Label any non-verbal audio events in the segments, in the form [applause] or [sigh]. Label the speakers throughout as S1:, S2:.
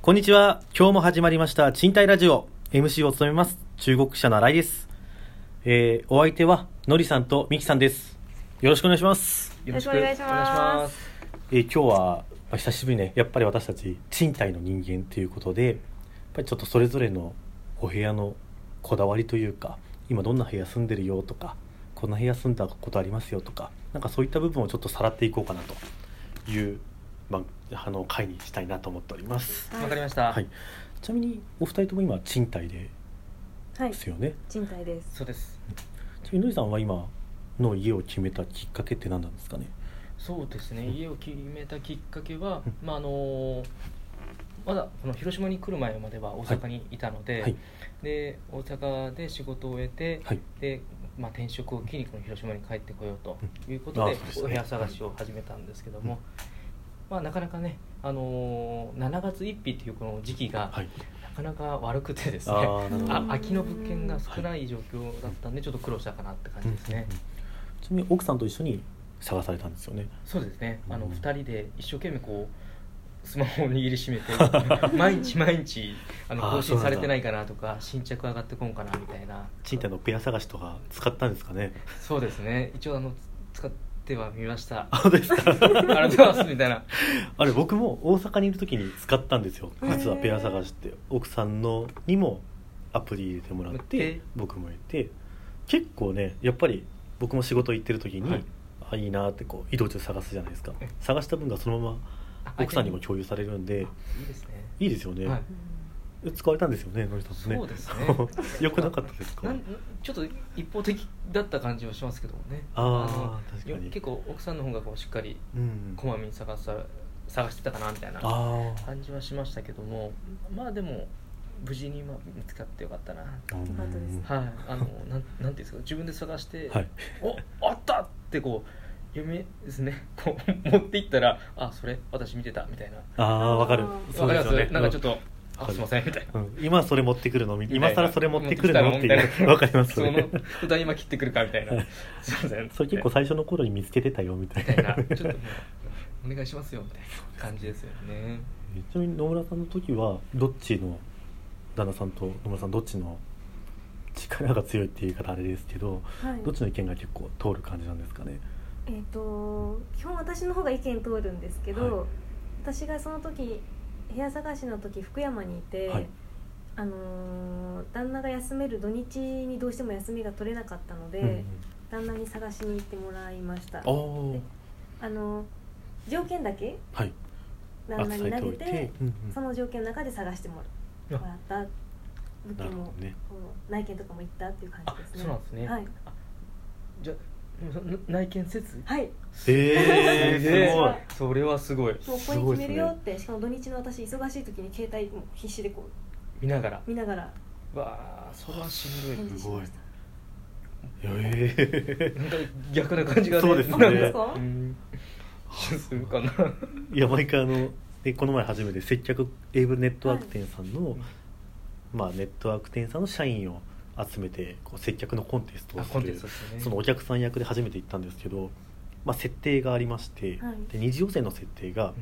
S1: こんにちは。今日も始まりました賃貸ラジオ。MC を務めます中国記者の新井です。えー、お相手はのりさんとみきさんです。よろしくお願いします。
S2: よろしくお願いします。
S1: えー今日はまあ久しぶりにねやっぱり私たち賃貸の人間ということでやっぱりちょっとそれぞれのお部屋のこだわりというか今どんな部屋住んでるよとかこんな部屋住んだことありますよとかなんかそういった部分をちょっとさらっていこうかなという、まあ、あの会にしたいなと思っております、
S3: わかりまし
S1: は
S3: た。
S1: いちなみにお二人とも今賃貸で
S2: はい
S1: すよね、
S2: 賃貸です
S3: そうです。
S1: ちなみにのりさんは今の家を決めたきっかけって何なんですかね
S3: そうですね。家を決めたきっかけは
S1: うん、
S3: まああのまだこの広島に来る前までは大阪にいたので、
S1: はい
S3: で大阪で仕事を終えて、
S1: はい
S3: でまあ転職を機にこの広島に帰ってこようということ
S1: うんあ
S3: で
S1: そうですね
S3: お部屋探しを始めたんですけど
S1: う
S3: も
S1: ん、
S3: まあなかなかね、あの7月1日というこの時期が
S1: はい
S3: なかなか悪くてですね。
S1: あーなるほど
S3: あ空きの物件が少ない状況だったんで、ちょっと苦労したかなって感じですね、
S1: うんうんうんちなみに奥さんと一緒に探されたんですよね。
S3: そうですねあの、
S1: うん
S3: 2人で一生懸命こうスマホを握りしめ
S1: [laughs]
S3: て毎日毎日あの
S1: あー
S3: 更
S1: そう
S3: 新
S1: なんだ
S3: されてないかなとか新着上がってこんかなみたいな
S1: 賃貸のペア探しとか使ったんですか [laughs] ね。
S3: そうですね一応あのつ使ってはみました
S1: [laughs]
S3: あ
S1: あそうですか。
S3: りがとうございますみたいな
S1: あれ僕も大阪にいる時に使ったんですよ。実はペア探しって奥さんのにもアプリ入れてもらっ
S3: 入れ
S1: て
S3: て
S1: 僕も入れて結構ねやっぱり僕も仕事行ってる時に、
S3: はい
S1: あいいなってこう移動中探すじゃないですか
S3: え
S1: 探した分がそのまま
S3: あ
S1: [laughs] 奥さんにも
S3: あ
S1: 共有されるん
S3: い
S1: で
S3: いですね
S1: いいですよね、
S3: はい
S1: 使われたんですよねのりさんもね
S3: そうですね
S1: [laughs] よくなかったですか
S3: なんちょっと一方的だった感じはしますけどもね
S1: あー
S3: の
S1: 確かに
S3: よ結構奥さんの方がこうしっかり
S1: うん
S3: こまめに探さ探してたかなみたいな
S1: ああ
S3: 感じはしましたけどもまあでも無事にまあ見つかってよかったな
S1: うん
S2: かったです
S3: はい
S1: [laughs]
S3: あのなんなんていうんですか自分で探して、
S1: はい
S3: おあったってこう夢ですねこう持っていったらあそれ私見てたみたいな
S1: ああわかる
S2: わかります
S1: そうですよね
S3: なんかちょっと、
S1: わ
S3: あ
S1: かる
S3: すいませんみたいな。
S1: うん今それ持ってくるのみ
S3: みた
S1: 今
S3: いな
S1: さらそれ持ってくるのって
S3: 持きた
S1: いう
S3: の
S1: わかります
S3: そ
S1: よ
S3: の
S1: ね
S3: 歌今切ってくるかみたい
S1: は
S3: ないすいません
S1: それ結構最初の頃に見つけてたよみた
S3: み
S1: い
S3: た
S1: ない
S3: なちょっともうお願いしますよみたいな感じですよね
S1: えちなみに野村さんの時はどっちの旦那さんと野村さんどっちの力が強いっていう言い方あれですけど
S2: はい
S1: どっちの意見が結構通る感じなんですかね
S2: えっ、と基本私の方が意見通るんですけど、
S1: はい
S2: 私がその時部屋探しの時福山にいて、
S1: はい
S2: あのー旦那が休める土日にどうしても休みが取れなかったので、
S1: うんうん
S2: 旦那に探しに行ってもらいました
S1: あー
S2: あのー条件だけ
S1: はい
S2: 旦那に投げて
S1: うんうん
S2: その条件の中で探してもらもらった物
S1: なる
S2: 件
S1: ほ
S2: も
S1: ど、ね
S2: こう内見とかも行ったっていう感じですね
S3: あそうなんですね
S2: はい、
S3: じゃでもその内見せず
S2: はい
S1: えー
S2: [laughs]
S3: すげ
S1: すごい
S3: [laughs] それはすごい
S2: もうここに決めるよって、しかも土日の私忙しい時に携帯も必死でこう
S3: 見ながら
S2: 見ながら
S3: わあそれはしんど
S2: 返
S3: い
S2: 事しました
S1: え
S3: なんか逆な感じがね
S1: そうですね
S3: なんか
S2: ですか
S3: うんするかな
S1: ーいや毎回あのでこの前初めて接客英文ネットワーク店さんの、
S3: い
S1: まあ、ネットワーク店さんの社員を集めてこう接客のコンテストを
S3: あ
S1: す
S3: コンテ
S1: る
S3: ストですね
S1: そのお客さん役で初めて行ったんですけど、まあ、設定がありまして、
S2: はい
S1: で二次予選の設定が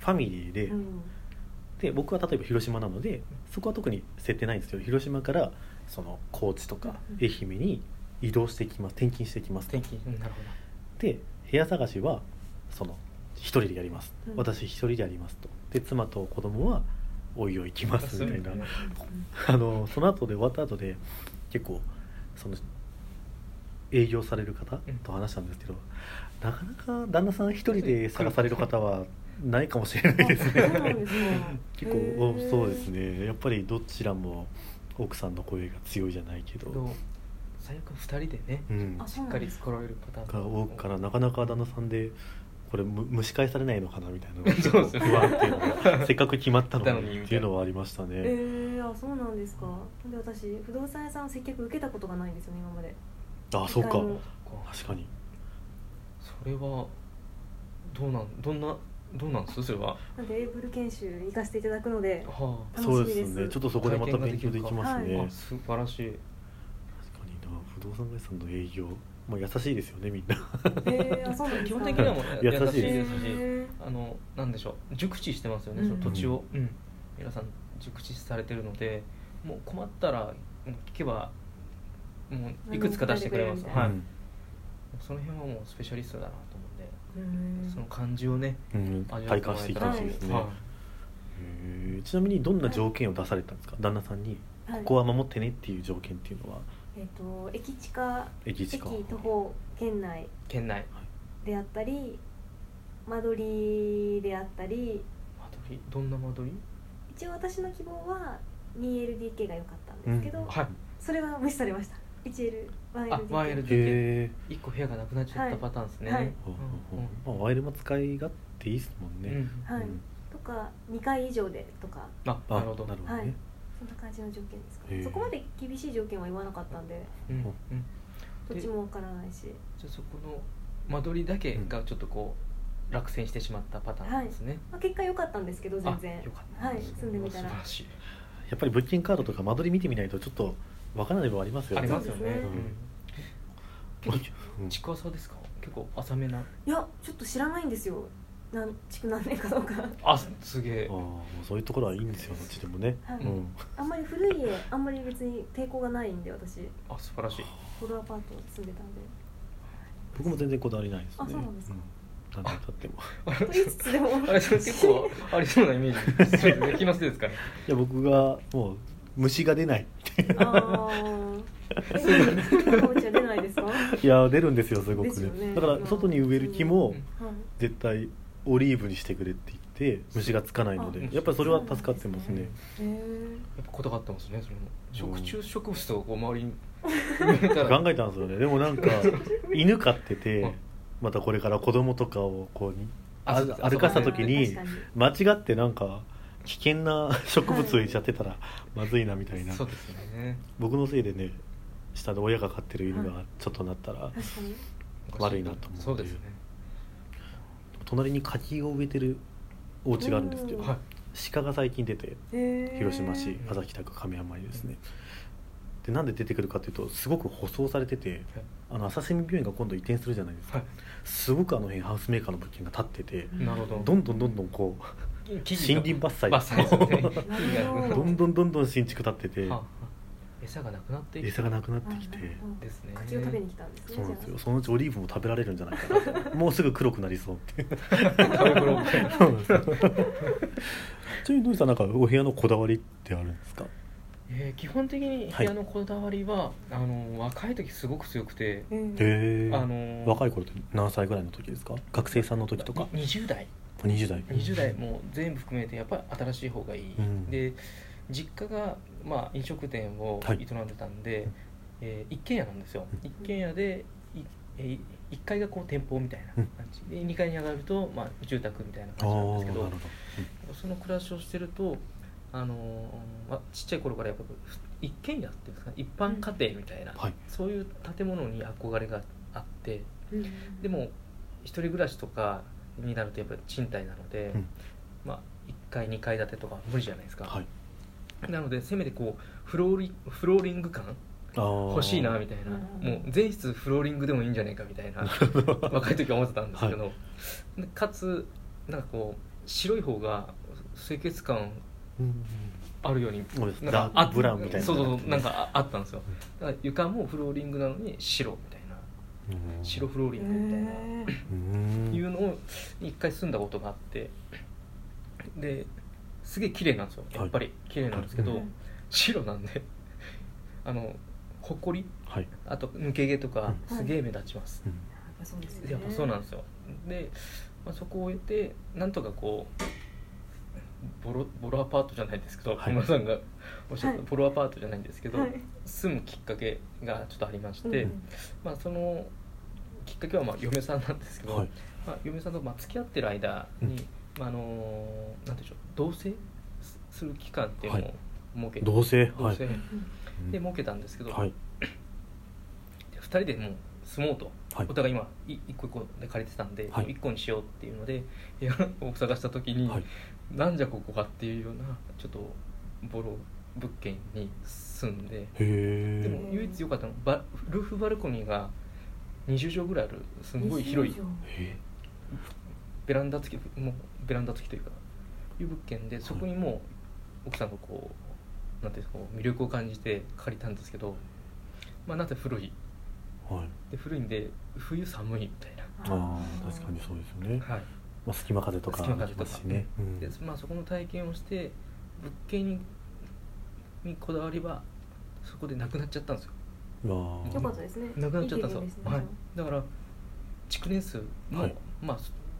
S1: ファミリーで,、
S2: うん
S1: で僕は例えば広島なのでそこは特に設定ないんですけど広島からその高知とか
S2: うん
S1: 愛媛に移動してきます転勤してきます
S3: 天気うんなるほ
S1: で部屋探しはその一人でやります、
S2: うん
S1: 私一人でやりますとで妻と子供はおいおい行き
S3: ど
S1: ますみたいな [laughs]
S3: そう。
S1: あのその後で終わった後で結構その営業される方と話したんですけど、なかなか旦那さん一人で探される方はないかもしれないです
S2: あそうな
S1: ね
S2: んですね
S1: [laughs] 結構おそうですねやっぱりどちらも奥さんの声が強いじゃないけ
S3: け
S1: ど、
S3: ど最悪二人でね
S1: うん、
S2: あ
S1: が
S2: そ
S3: し
S2: う
S3: っ
S2: な
S3: か
S2: ん
S3: り
S2: ですか
S3: 揃えるパターンが
S1: 多くからなかなか旦那さんでこれむ蒸し返されないのかなみたいなの
S3: そうですね
S1: 不安っていうのがせっかく決まったの
S3: 決まったのに
S1: に
S3: み [laughs] たいな
S1: っていうのはありました
S2: え
S1: ね、
S2: ー、あそうなんですかで私不動産屋さんの接客受けたことがないんですよね今まで
S1: あそう
S2: 一
S1: か
S2: 回も
S3: こう
S1: 確かに
S3: それはどうなんどんなどうなんすそれは
S2: なんでエイブル研修行かせていただ
S1: [laughs]
S2: くので
S3: はあ
S2: 楽しみ
S1: そう
S2: です
S1: ですねちょっとそこでまた勉強できますね、
S2: え
S3: あ素晴らしい
S1: 確かにな不動産会社の営業もう優しいですよねみんな
S2: えー、あそうなんです
S3: 基
S2: か
S3: 本的にはもう
S1: 優しい
S3: 優しいですし
S2: へー
S3: あのなんでしょう熟知してますよね
S2: うん
S3: その土地を、うん皆さん熟知されてるのでもう困ったらもう聞けばもういくつか出してくれます、
S2: 何でも答えてくれるみた
S3: は
S1: [laughs] う
S3: い
S1: ん
S3: その辺はもうスペシャリストだなと思うんで、
S2: うん
S3: その感じをね
S1: うん、
S3: 味わ
S1: 体
S3: って
S1: 感
S3: もら
S1: し
S3: え
S1: ていったて
S3: ら
S1: ほしいですね、
S3: はい
S1: へーちなみにどんな条件を出されたんですか旦那さんに
S2: はい
S1: ここは守ってねっていう条件っていうのは
S2: えっと駅地下
S1: 駅
S2: 駅
S1: 近
S2: 徒歩圏内
S3: 県内
S2: であったり間取りであったり
S3: 間取りどんな間取り
S2: 一応私の希望は 2LDK が良かったんですけど、
S1: うん
S3: はい
S2: それは無視されました 1L
S3: あ
S2: 1LDK
S1: へ
S3: 1L
S1: え、
S3: 1個部屋がなくなっちゃったパターンですね、
S2: はいはい
S3: うんうん
S1: まあワイルも使い勝手いいですもんね、
S3: うん
S2: はい
S1: うん
S2: とか2階以上でとか
S3: あ
S1: あ
S3: なるほど
S1: なるほどね、
S2: はいそんな感じの条件ですか
S1: へ
S2: ね
S1: え
S2: そこまで厳しい条件は言わなかったんで
S3: うん
S1: ほ
S3: うん
S2: どっちもわからないし
S3: じゃあそこの間取りだけがちょっとこう落選してしまったパターンですね、
S2: まあ、結果良かったんですけど全然
S3: あよかった
S2: はい住んでみたら
S3: 素晴らしい
S1: やっぱり物件カードとか間取り見てみないとちょっとわからない部分ありますよ
S3: あり
S1: ね
S3: ますよね
S2: そうです
S1: ね
S3: うん
S1: うん
S3: 結構近さですか結構浅めない
S2: やちょっと知らないんですよなん築何年かどうか
S3: あすげえ
S1: ああそういうところはいいんですよどっちでもね、
S2: はい
S1: うん、
S2: あんまり古い家あんまり別に抵抗がないんで私
S3: あ素晴らしい
S2: フロアアパート住んでたんで
S1: 僕も全然こだわりないですね
S2: あそうなんですか
S1: うん何年経っても
S3: あ
S2: と言いつつでも
S3: れそれ結構ありそうなイメージですよね気のせいですかね
S1: いや僕がもう虫が出ない [laughs]
S2: あーえ [laughs] かぼちゃ出ないですかはい
S1: や出るんですよすご
S2: で
S1: く
S2: す
S1: ね
S2: よね
S1: だから外に植える木も
S3: うん
S2: い
S1: 絶対オリーブにしてくれって言って虫がつかないので
S3: あ
S1: やっぱりそれは助かってます
S3: うんや
S1: ね
S2: へー
S3: っぱこだわってますねそれも
S1: う
S3: 食
S1: ん
S3: 虫植物とかこう周りに見た
S1: 考
S3: ら
S1: えたんですよねでもなんか犬飼って
S3: う
S1: て
S3: ん
S1: またこれから子供とかをこうに
S3: あそうです
S1: あ歩かせた時に
S2: あー確
S1: 間
S2: か
S1: 違ってなんか危険な植物を入れちゃってたらまずいなみたいな
S3: そうですね
S1: 僕のせいでね下で親が飼ってる犬
S2: は
S1: がちょっとなったら
S2: に確かに
S1: 悪いなと思う
S3: そうですね
S1: 隣に柿を植えてるお家があるんですけど
S2: うん
S3: はい
S1: 鹿が最近出て
S2: へー
S1: 広島市安佐北区亀山にですねでなんで出てくるかというとすごく舗装されててあの朝霞病院が今度移転するじゃないですか、
S3: はい
S1: すごくあの辺ハウスメーカーの物件が建ってて
S3: なるほど
S1: どんどんどんどんこ
S3: 森
S1: 森林伐採
S3: 伐採ですね
S2: [laughs]
S3: 木
S2: なる
S1: う
S2: ほ
S3: が
S1: どんどんどんどん新築建ってて
S3: はあはあ餌がなくなっていく
S1: 餌がなくなってき
S2: あ
S1: て
S2: なるほど
S3: です
S2: [laughs]
S3: ね
S2: 口を食べに来たんですね
S1: そうなんですよ
S2: じ
S1: そのうちオリーブも食べられるんじゃないかなもうすぐ黒くなりそうって
S3: [laughs] 食べ頃みたいな
S1: そうなんですよちなみにのりさんなんかお部屋のこだわりってあるんですか
S3: えー基本的に部屋のこだわりは、あの若い時すごく強くて、
S2: ゃあうん
S1: へえ
S3: あの
S1: 若
S3: い
S1: い頃って何歳ぐらいの時ですか学生さんの時とか
S3: 20代
S1: 20代
S3: 20代もう全部含めてやっぱり新しい方がいい、
S1: うん
S3: で実家が、まあ、飲食店を
S1: は
S3: 営
S1: い
S3: んでたんで、えー一軒家なんですよ
S1: う
S3: 一軒家でいえー1階がこう店舗みたいな
S1: うん
S3: 感じで2階に上がると、まあ、住宅みたいな
S1: ああ
S3: 感じな
S1: ー
S3: んで
S1: な
S3: すけ
S1: るほ
S3: ど
S1: ど
S3: その暮らしをしてるとあのーまあ、ちっちゃい頃からやっぱふ一軒家っていうんですか一般家庭みたいな、
S1: はい
S3: そういう建物に憧れがあって
S2: うん
S3: でも一人暮らしとかになるとやっぱり賃貸なので、
S1: うん
S3: まあ、1階2階建てとかは無理じゃないですか、
S1: はい
S3: なのでせめてこうフローリフローリング感
S1: あー
S3: 欲しいなみたいな
S2: うん
S3: もう全室フローリングでもいいんじゃないかみたい
S1: [laughs]
S3: な若い時は思ってたんですけど、でかつなんかこう白い方が清潔感
S1: うんうん
S3: あるように
S1: そうです
S3: なん
S1: ダ
S3: か
S1: ークブラウンみたいな
S3: そうそうそうなんかああったんですよだから床もフローリングなのに白みたいな
S1: うん
S3: 白フローリングみたいな、
S2: へ
S1: う
S2: ー
S1: ん
S3: いうのを一回住んだことがあってですげえ綺麗なんですよ
S1: はい
S3: やっぱり綺麗なんですけど、
S1: う
S3: 白なんで [laughs] あのほこり
S1: はい
S3: あと抜け毛とか
S2: うん
S3: すげえ目立ちます、
S1: うん
S2: やっぱそうですね
S3: やっぱそうなんですよで、まあ、そこを終えてなんとかこうボロボロアパートじゃないですけど、
S1: はい
S3: 皆さんがおっしゃった
S2: はい
S3: ボロアパートじゃないんですけど、
S2: はい
S3: 住むきっかけがちょっとありまして、
S2: うん
S3: まあ、そのきっかけはまあ嫁さんなんですけど、
S1: はい
S3: まあ、嫁さんとまあ付き合ってる間
S1: う
S3: に、
S1: ん
S3: まあ、あのーなんていうんでしょう同棲すする期間っていう
S1: はい
S3: のを設けて、
S1: 同棲
S3: 同
S1: はい
S3: 棲
S2: うん
S1: うん
S3: で設けたんですけど、
S1: はい
S3: 2人でもう住もうと、
S1: はい
S3: お互い今い一個一個で借りてたんで、
S1: はい
S3: もう一個にしようっていうので部屋を探した時に、
S1: はい
S3: なんじゃここはっていうようなちょっとボロ物件に住んで
S1: へえ
S3: でも唯一良かったのバルーフバルコニーが20畳ぐらいあるすんごい広い
S2: 20畳
S1: へ
S3: ベランダ付きもうベランダ付きというかいう物件でそこにもう奥さんがこうなんていうんですかこう魅力を感じて借りたんですけど、まあ、なぜ古い
S1: はい
S3: で古いんで冬寒いみたいな、
S1: あー確かにそうですよね、
S3: はい
S1: まあ、隙間風とか
S3: 隙間
S1: あ
S3: 風
S1: り
S3: と
S1: ま
S3: か
S1: すしね、うん
S3: でまあ、そこの体験をして物件ににこだわりはそこでなくなっちゃったんですよ
S1: まあ
S2: よかったですね
S3: なくなっちゃったんですよ
S2: いい経験
S3: は
S2: ね
S3: い、だから築年数も、
S1: はい
S3: まあ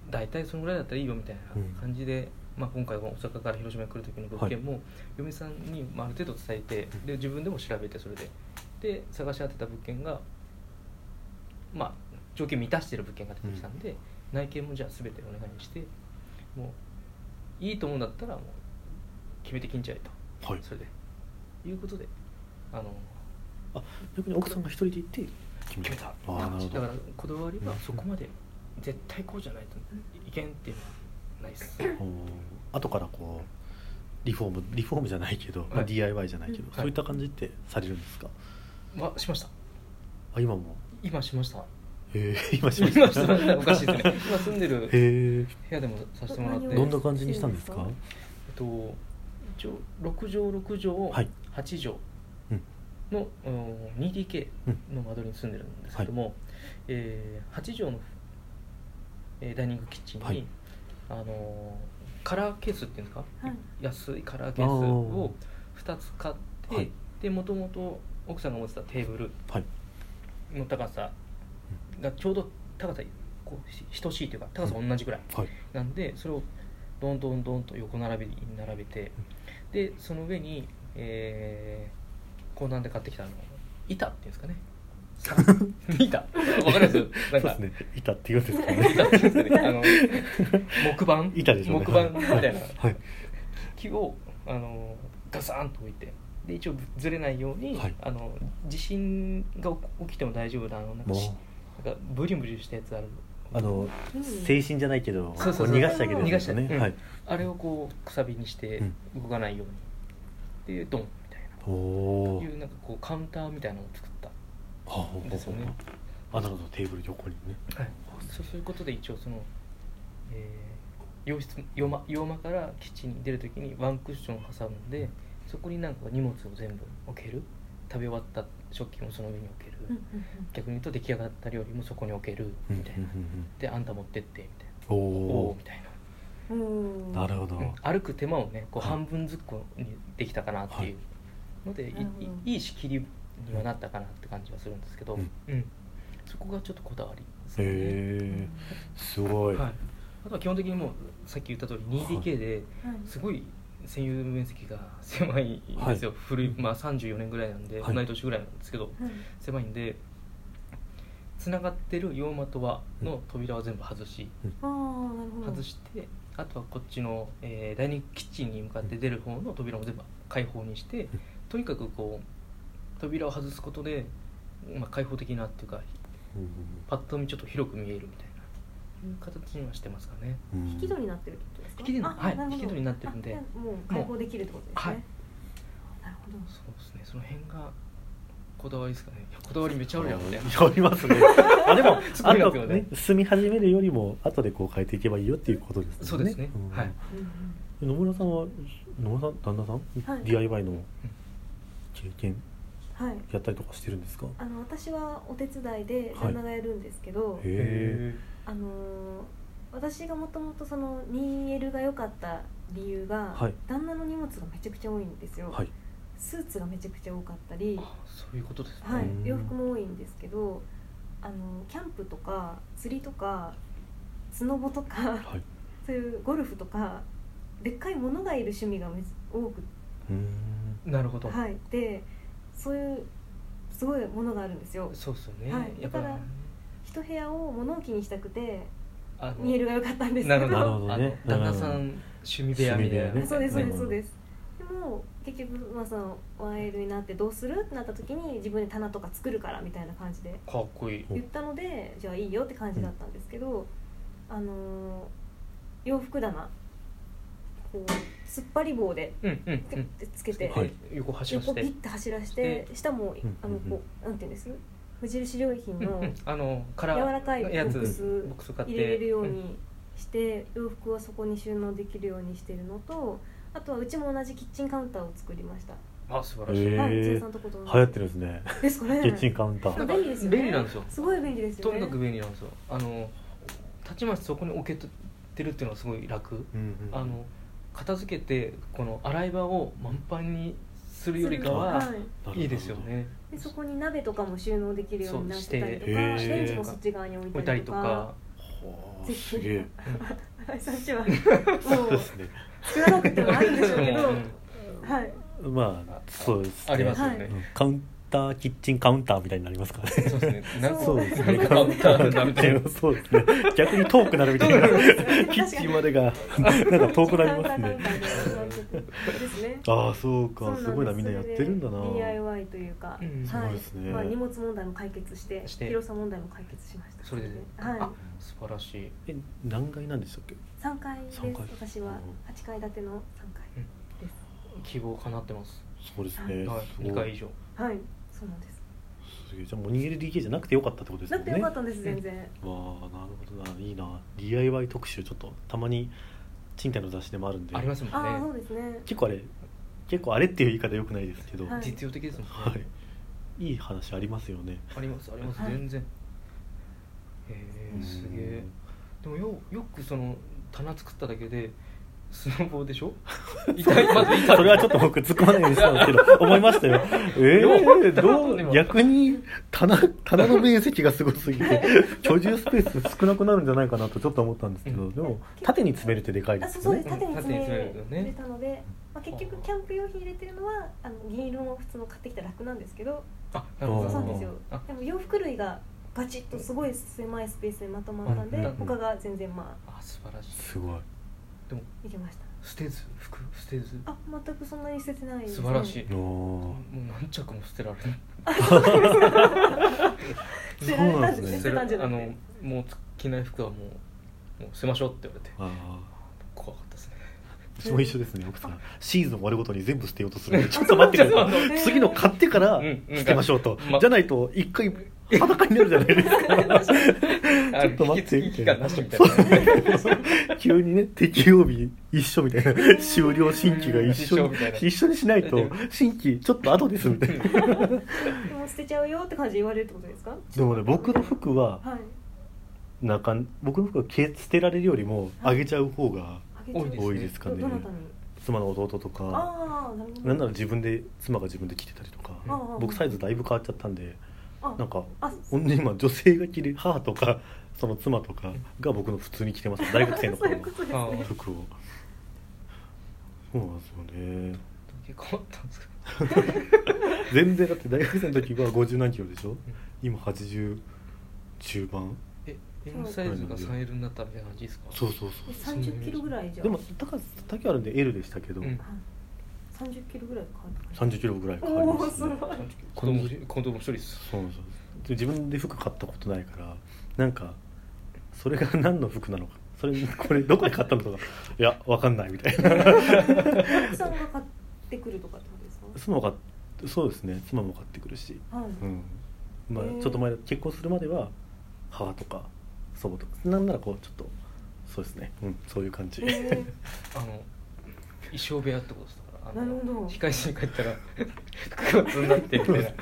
S3: 大体そのぐらいだったらいいよみたい
S1: うん
S3: な感じで、まあ、今回は大阪から広島に来る時の物件も、嫁さんにまあある程度伝えて
S1: うん
S3: で自分でも調べてそれでで探し当てた物件がまあ条件満たしてる物件が出てきたんで、内見もじゃあ全てお願いしてもういいと思うんだったらもう決めてきんちゃえと、
S1: はい
S3: それでいうことであの
S1: あ逆に奥さんが一人で行って決
S3: 決めた
S1: ああなるほ
S3: だから
S1: ど
S3: こだわりは
S1: うん
S3: そこまで絶対こうじゃないといけんっていうのはないです
S1: あ後からこうリフォームリフォームじゃないけど、ま
S3: は
S1: あ、
S3: い
S1: DIY じゃないけど、
S2: うん
S3: はい
S1: そういった感じってされるんですか、
S3: ましました
S1: あ今も
S3: 今しました
S1: えー、今しま
S3: [laughs] 今
S1: し
S3: したましたおかしいです
S1: [laughs]
S3: ね今住んでる
S1: へえ
S3: 部屋でもさせてもらって
S2: え
S3: え
S2: ー
S1: どんな感じにしたんです
S2: そ
S1: か
S2: うで
S3: っと一応6畳6
S1: はい
S3: 畳8
S1: うん
S3: 畳の、うん 2DK の間取りに住んでるんですけども、えー8畳の、えーダイニングキッチンに、
S1: はい
S3: あのーカラーケースっていうんですか
S2: はい
S3: 安いカラーケースを2つ買って、
S1: はい
S3: でもともと奥さんが持ってたテーブル
S1: はい
S3: の高さがちょうど高さこうし等しいというか高さ同じぐらい
S1: はい
S3: なんでそれをどんどんどんと横並びに並べてでその上に、えー、高難で買ってきたあの板っていうんですか
S1: [laughs]
S3: ね板わかります
S1: そう
S3: な
S1: んで
S3: か
S1: すね板って言うんですかね
S3: 板っていうんです
S1: [laughs]
S3: かねあの木板
S1: 板でしょうね
S3: 木板みたいな [laughs]
S1: はい
S3: 木をあのガサンと置いてで一応ずれないように、
S1: はい
S3: あの地震が起起きても大丈夫なあのなんかし
S1: も
S3: なんかブリュンブリュンしたやつある
S1: うあの
S2: うん
S1: 精神じゃないけど
S3: そうそうそう
S1: こ逃がしてあげるんですよ
S3: 逃がして
S1: ねはい
S3: あれをこうくさびにして
S1: う
S3: 動かないように、でドンみたい
S1: お
S3: な
S1: お
S3: いうなんかこうカウンターみたいなのを作った、
S1: あ
S3: ですよね
S1: あなるほどテーブル横にね
S3: はい、そうそういうことで一応その、えー洋室洋間洋間からキッチンに出るときにワンクッションを挟んでそこになんか荷物を全部置ける食べ終わった食器もその上に置ける、
S2: うんうんうん
S3: 逆に言うと出来上がった料理もそこに置ける
S1: うん
S3: みたいな、であんた持ってってみたい
S1: お
S3: なおお
S1: お
S3: みたいな、
S2: うん
S1: なるほど、
S3: うん歩く手間をねこう
S1: はい
S3: 半分ずっこにできたかなっていうので、い
S2: なるほど
S3: い、いい仕切りにはなったかなって感じはするんですけど、
S1: う
S3: うんんそこがちょっとこだわりですね、
S1: へえすごい、
S3: はい、あとは基本的にもうさっき言った通り 2DK で
S2: はい
S3: すごい占有面積が狭いんですよ、古い、まあ、34年ぐらいなんで、
S1: はい
S3: 同い年ぐらいなんですけど、
S2: はい
S3: 狭いんでつながってる洋間とはの扉は全部外し、
S2: ああなるほど
S3: 外してあとはこっちの、えーダイニングキッチンに向かって出る方の扉も全部開放にしてとにかくこう扉を外すことで、まあ、開放的なっていうか
S1: うん
S3: パッと見ちょっと広く見えるみたいないう形にはしてますかね
S1: うん
S2: 引き戸になってるってことですか
S3: 引き戸にな
S2: あ
S3: はい
S2: なるほど
S3: 引き戸になってるんで
S2: あじゃあもう開放できるってことですね
S3: はい
S2: なるほど
S3: そうですねその辺がこだわりですかねいやこだわりめっちゃあるやんみたいな
S1: ありますね。
S3: [laughs]
S1: あでも
S3: す、ご
S1: あ
S3: いな
S1: と
S3: って思うね
S1: ね、住み始めるよりも後でこう変えていけばいいよっていうことですね。
S3: そうですね
S1: ん
S3: はい。
S1: で野村さんは野村さん旦那さん、
S2: はい
S1: DIY の経験
S2: うんうんはい
S1: やったりとかしてるんですか。
S2: あの私はお手伝いで
S1: はい
S2: 旦那がやるんですけど、
S1: へえ。
S2: あのー私がもともとその 2L が良かった理由が、
S1: はい
S2: 旦那の荷物がめちゃくちゃ多いんですよ、
S1: はい。
S2: スーツがめちゃくちゃ多かったり、
S3: あそういうことですね、
S2: は
S1: うん
S2: い、洋服も多いんですけどあのキャンプとか釣りとかスノボとか
S1: はい。
S2: そういうゴルフとかでっかいものがいる趣味がめ多く
S1: うーん。
S3: なるほど、
S2: はいでそういうすごいものがあるんですよ
S3: そうですよね、
S2: はい
S3: やっぱ
S2: だから一部屋を物置にしたくて
S3: あの
S2: 見えるが良かったんですけ
S3: な
S2: ど
S3: るほど
S1: なるほどね
S3: あの旦那さん
S1: うん
S3: 趣味部屋みたいな、
S1: 趣味部屋ね
S2: そうですそうで
S1: う
S2: す
S1: ん
S2: そうです、でも結局まあその 1L になってどうするってなった時に自分で棚とか作るからみたいな感じで
S3: かっこいい
S1: お
S2: 言ったのでじゃあいいよって感じだったんですけど、あのー洋服棚こう突っ張り棒で
S3: うんうん
S2: ピ
S3: う
S2: ュッ
S3: ん
S2: てつけて、
S1: はい
S3: 横走らせ
S2: 横
S3: て
S2: ピッて走らせて下も
S1: ん
S2: あのこうなんていうんです無印良品
S3: うん
S2: の
S3: うんあのカ
S2: 柔
S3: ラー
S2: らかいボ
S3: やつ
S2: ックス
S3: ボックス買って
S2: 入れれるようにして洋服はそこに収納できるようにしてるのとあとはうちも同じキッチンカウンターを作りました、
S3: あ素晴らしい、
S1: へ
S2: はい
S1: え
S2: 千恵
S1: 流
S2: さんとこと同じ
S1: 行ってるんですね
S2: ですかね
S1: キッチンカウンタ
S2: な
S1: ー
S2: んか便利ですよね
S3: 便利なんですよ
S2: すごい便利ですよ
S3: と
S2: ね
S3: にかく便利なんですよあのたちまちそこに置けてるっていうのがすごい楽、
S1: うんうん
S3: あの片付けてこの洗い場を満帆にするよりかは
S2: するより
S1: はい
S3: いいですよね
S2: でそこに鍋とかも収納できるようになってたりとか
S1: そうして
S2: レンジもそっち側に置
S3: 置
S2: い
S3: いた
S2: た
S3: り
S2: り
S3: と
S2: と
S3: か
S2: か
S1: ほう
S2: ぜひ
S1: すげえ
S2: はい [laughs] そっちは
S1: そう
S2: も
S1: で
S2: う
S1: すね
S2: 作らなくてもあるんでしょうけど
S3: うん
S2: はい
S1: まあそうですね
S3: ありますよ
S2: はい、
S3: ね
S1: うんカウンターキッチンカウンターみたいになりますからね
S3: そうですねなん
S1: そうですね。
S3: なんかカウンターだみたいな
S1: そうですね。逆に遠くなるみたいな。キッチンまでが、なんか遠くなります
S2: [laughs]
S1: ね
S2: キッ。チンカウンターカウンターでですね
S1: ああ、そう
S2: そう
S1: か。
S2: なんです
S1: ごいな、みんなやってるんだな
S2: それ。で DIY というか、
S3: うんす
S1: ごいですね
S2: まあ、荷物問題も解決して
S3: して
S2: 広さ問題も解決しました
S3: それで、
S2: はい
S3: あ素晴らしい
S1: え、何階なんでしたっけ。
S2: 3階です
S1: 三階
S2: 私は8階建ての3階です、
S3: 希望かなってます、
S1: そうですね。
S3: はい、
S1: すごい
S3: 2回以上
S2: はいそうなんです
S1: すげえじゃあ、もう逃げる DK じゃなくてよかったってことです
S2: な
S1: よ
S2: く
S1: ね。
S2: てよか
S1: わ
S2: ったんです全然
S1: あ、なるほどな。いいな。DIY 特集、ちょっとたまに賃貸の雑誌でもあるんで。
S3: ありますもんね
S2: ああそうですね
S1: 結構あれ、結構あれっていう言い方良くないですけど。
S2: はい
S3: 実用的ですもんね、
S1: はい。いい話ありますよね。
S3: ありますあります
S2: はい
S3: 全然、へえすげえでもよよくその棚作っただけでスノボーで
S1: [laughs]
S3: しょ痛いまず痛い
S1: それはちょっと僕突っ込まないようにしたんですけど思いましたよええどう逆に棚棚の面積がすごすぎて居住スペース少なくなるんじゃないかなとちょっと思ったんですけどでも縦に詰めるってでかいで
S2: あ
S1: す
S2: そう
S1: よ
S2: そうで
S1: ね
S2: す縦に詰め
S3: 縦に詰める
S2: れたので、まあ、結局キャンプ用品入れてるのはあの銀色の普通の買ってきたら楽なんですけど
S3: あなるほ
S1: あ
S3: ど
S1: ー
S2: そうなんですよ
S3: あ
S2: でも洋服類がガチッとすごい狭いスペースにまとまったんで、
S3: うんうん
S2: 他が全然ま
S3: あ素晴らしい
S1: すごい
S2: あいけました
S3: 捨てず服捨てず
S2: あ全くそんなに捨ててないです
S3: 素晴らしい
S1: お
S3: もう何着も捨てられない
S2: 捨てられた
S1: そうなんですね
S2: 捨てたんじゃな
S3: あ
S2: く
S3: の
S2: て
S3: もう着ない服はもうもう捨てましょうって言われて
S1: あ
S3: 怖かったですね
S1: ーうちも一緒ですね奥さんシーズン終わるごとに全部捨てようとするんでちょっと待ってくださ
S2: そう
S1: い次の買ってから捨てましょうと
S3: ま
S1: じゃないと一回裸になるじゃないですか
S3: ち
S1: ょっと待って
S3: 引き継ぎ期間なしみたいな
S1: 急にね適用日一緒みたいな終了新規が一緒
S3: 一緒
S1: に
S3: みたいな
S1: 一緒にしないと新規ちょっと後ですみたいな
S2: でも捨てちゃうよって感じで言われるってことですか
S1: でもね僕の服は
S2: はい
S1: なんか僕の服はけ捨てられるよりもあげちゃう方が
S2: あげちゃう
S3: 多いです
S1: 多いですかね
S2: どどなたに
S1: 妻の弟とか
S2: ああなるほど
S1: なんなら自分で妻が自分で着てたりとか
S2: ああ
S1: 僕サイズだいぶ変わっちゃったんで
S2: あ
S1: なんか
S2: あ
S1: ほんで今女性が着る母とかその妻とかが僕の普通に着てます大学生の
S2: そう
S1: 頃の
S2: いうことです
S3: あ
S2: ね
S3: ー
S1: 服をそうなんですよね
S3: 結構あったんですか
S1: 全然だって大学生の時は50何キロでしょ今80中盤
S3: え M サイズが 3L になったみたいな感じですか
S1: そうそうそ
S2: 三十キロぐらいじ
S1: う
S2: ゃ
S1: でも高さ高あるんで L でしたけど、
S3: うん
S2: 三十キロぐらい変わった
S1: 30キロぐらい変わりますね
S2: おーすごい
S3: 子供子供一人です
S1: そうなんですよで自分で服買ったことないからなんかそれが [laughs] 何の服なのかそれこれどこで買ったのとかいやわかんないみたいな
S2: [laughs] 奥さんが買ってくるとかってことですか
S1: 妻がそうですね妻も買ってくるし
S2: はい、
S1: うんまあ
S2: へー
S1: ちょっと前結婚するまでは母とか祖母とかなんならこうちょっとそうですねうんそういう感じ、
S2: え
S3: あの衣装部屋ってことですからあの
S2: なるほど
S3: 控え室に帰ったら服が積んだってみたいな
S2: ー、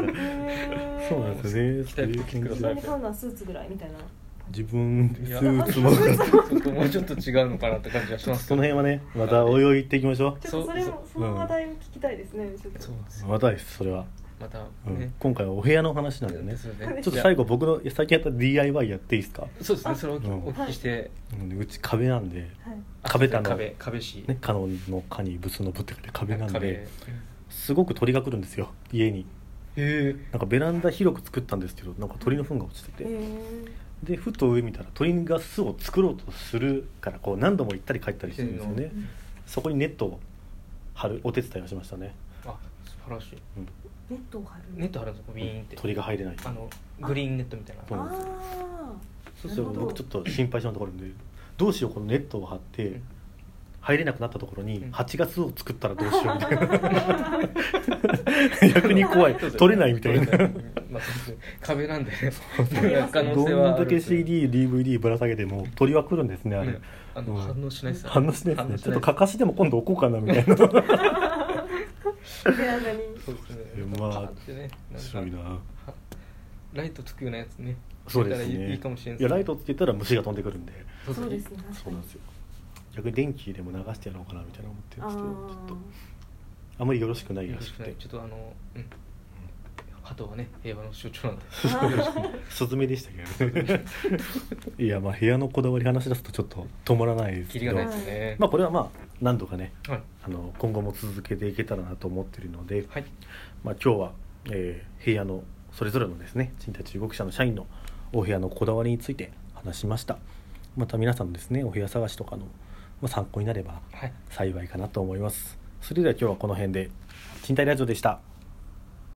S2: え
S1: [laughs]
S2: ー、
S1: そうなんですよね。
S3: 着たい服着てくだ
S2: 自分
S3: さい
S2: で買うのはスーツぐらいみたいな
S1: 自分でスーツも
S3: いや [laughs] ちょっともうちょっと違うのかなって感じがします
S1: そ
S3: け
S1: の
S3: ど
S1: 辺はね、またおいおい行っていきましょ
S2: ちょっとそれも
S3: そう
S2: その話題を聞きたいですねちょっと
S3: そうです
S1: う。
S3: [laughs]
S1: またです、それは。
S3: またね、
S1: うん今回はお部屋の話なんでね
S3: で。すよね
S1: ちょっと最後僕の最近やった DIY やっていいですか。
S3: そうですねそれをお
S1: う
S3: 聞
S1: ん
S3: お聞きして、
S1: うんうち壁なんで、
S2: はい
S3: あ
S1: 壁だな
S3: 壁壁し、
S1: ね、カノンの蚊にブスのぶって書いて壁なん
S3: 壁
S1: で、すごく鳥が来るんですよ、家に。
S3: へ
S1: なんかベランダ広く作ったんですけど、なんか鳥の糞が落ちて
S2: え
S1: て。
S2: ー、
S1: で、ふと上見たら鳥が巣を作ろうとするから、こう何度も行ったり帰ったりしてるんですよね
S2: うん。
S1: そこにネットを張るお手伝いをしましたね。
S3: あ素晴らしい
S1: うん
S2: ネットを張る
S3: ネット張るんですよビーンって
S1: 鳥が入れない。
S3: あのグリーンネットみたいな
S1: そうん
S2: あ
S1: なんですよ
S2: あ
S1: そうすると
S2: なるほど
S1: 僕ちょっと心配性なところでどうしようこのネットを張って
S3: うん
S1: 入れなくなったところに
S3: うん
S1: 8月を作ったらどうしようみたいな逆に怖い取れないみたいな
S3: 取れないまあそうですね壁なんでね
S2: 取れます
S3: 可能性は
S1: どん
S3: あ
S1: だ
S3: るん
S1: け
S3: ですよ
S1: CDDVD ぶら下げても鳥は来るんですねあれ、
S3: うんあの
S1: うん
S3: 反応しないですよ
S1: 反応しないですねちょっとか
S3: か
S1: かしでも今度置こうかなみたいな
S2: ベランダに
S3: そうですね
S1: まあ
S3: パーンってね
S1: 面白
S3: なん
S1: い
S3: か
S1: な
S3: ライトつくようなやつね
S1: そうです
S3: つけた
S1: ね
S3: らいいいいかもしれない
S1: いやライトつけたら虫が飛んでくるんで
S3: そう
S2: そうです
S3: ね
S2: ね
S1: そうなんですよ逆に電気でも流してやろうかなみたいな思ってるん
S2: あ
S1: ですけど
S2: ー
S1: ちょっとあんまりよろしくない
S3: よ
S1: ら
S3: ろ
S1: し
S3: し
S1: く
S3: くない
S1: て
S3: ちょっとあのうん鳩はね平和の象
S1: [laughs]
S3: 徴なんで
S2: あー
S1: スズメでしたけどね [laughs] いやまあ部屋のこだわり話し出すとちょっと止まらないです
S3: キ
S1: け
S3: リ
S1: ど
S3: がないですね
S1: まあこれはまあ何度かね
S3: はい
S1: あの今後も続けていけたらなと思ってるので、
S3: はい
S1: まあ、今日は、えー部屋のそれぞれのですね賃貸中国社の社員のお部屋のこだわりについて話しましたまた皆さんのですねお部屋探しとかの、まあ、参考になれば
S3: はい
S1: 幸いかなと思いますそれでは今日はこの辺で賃貸ラジオでした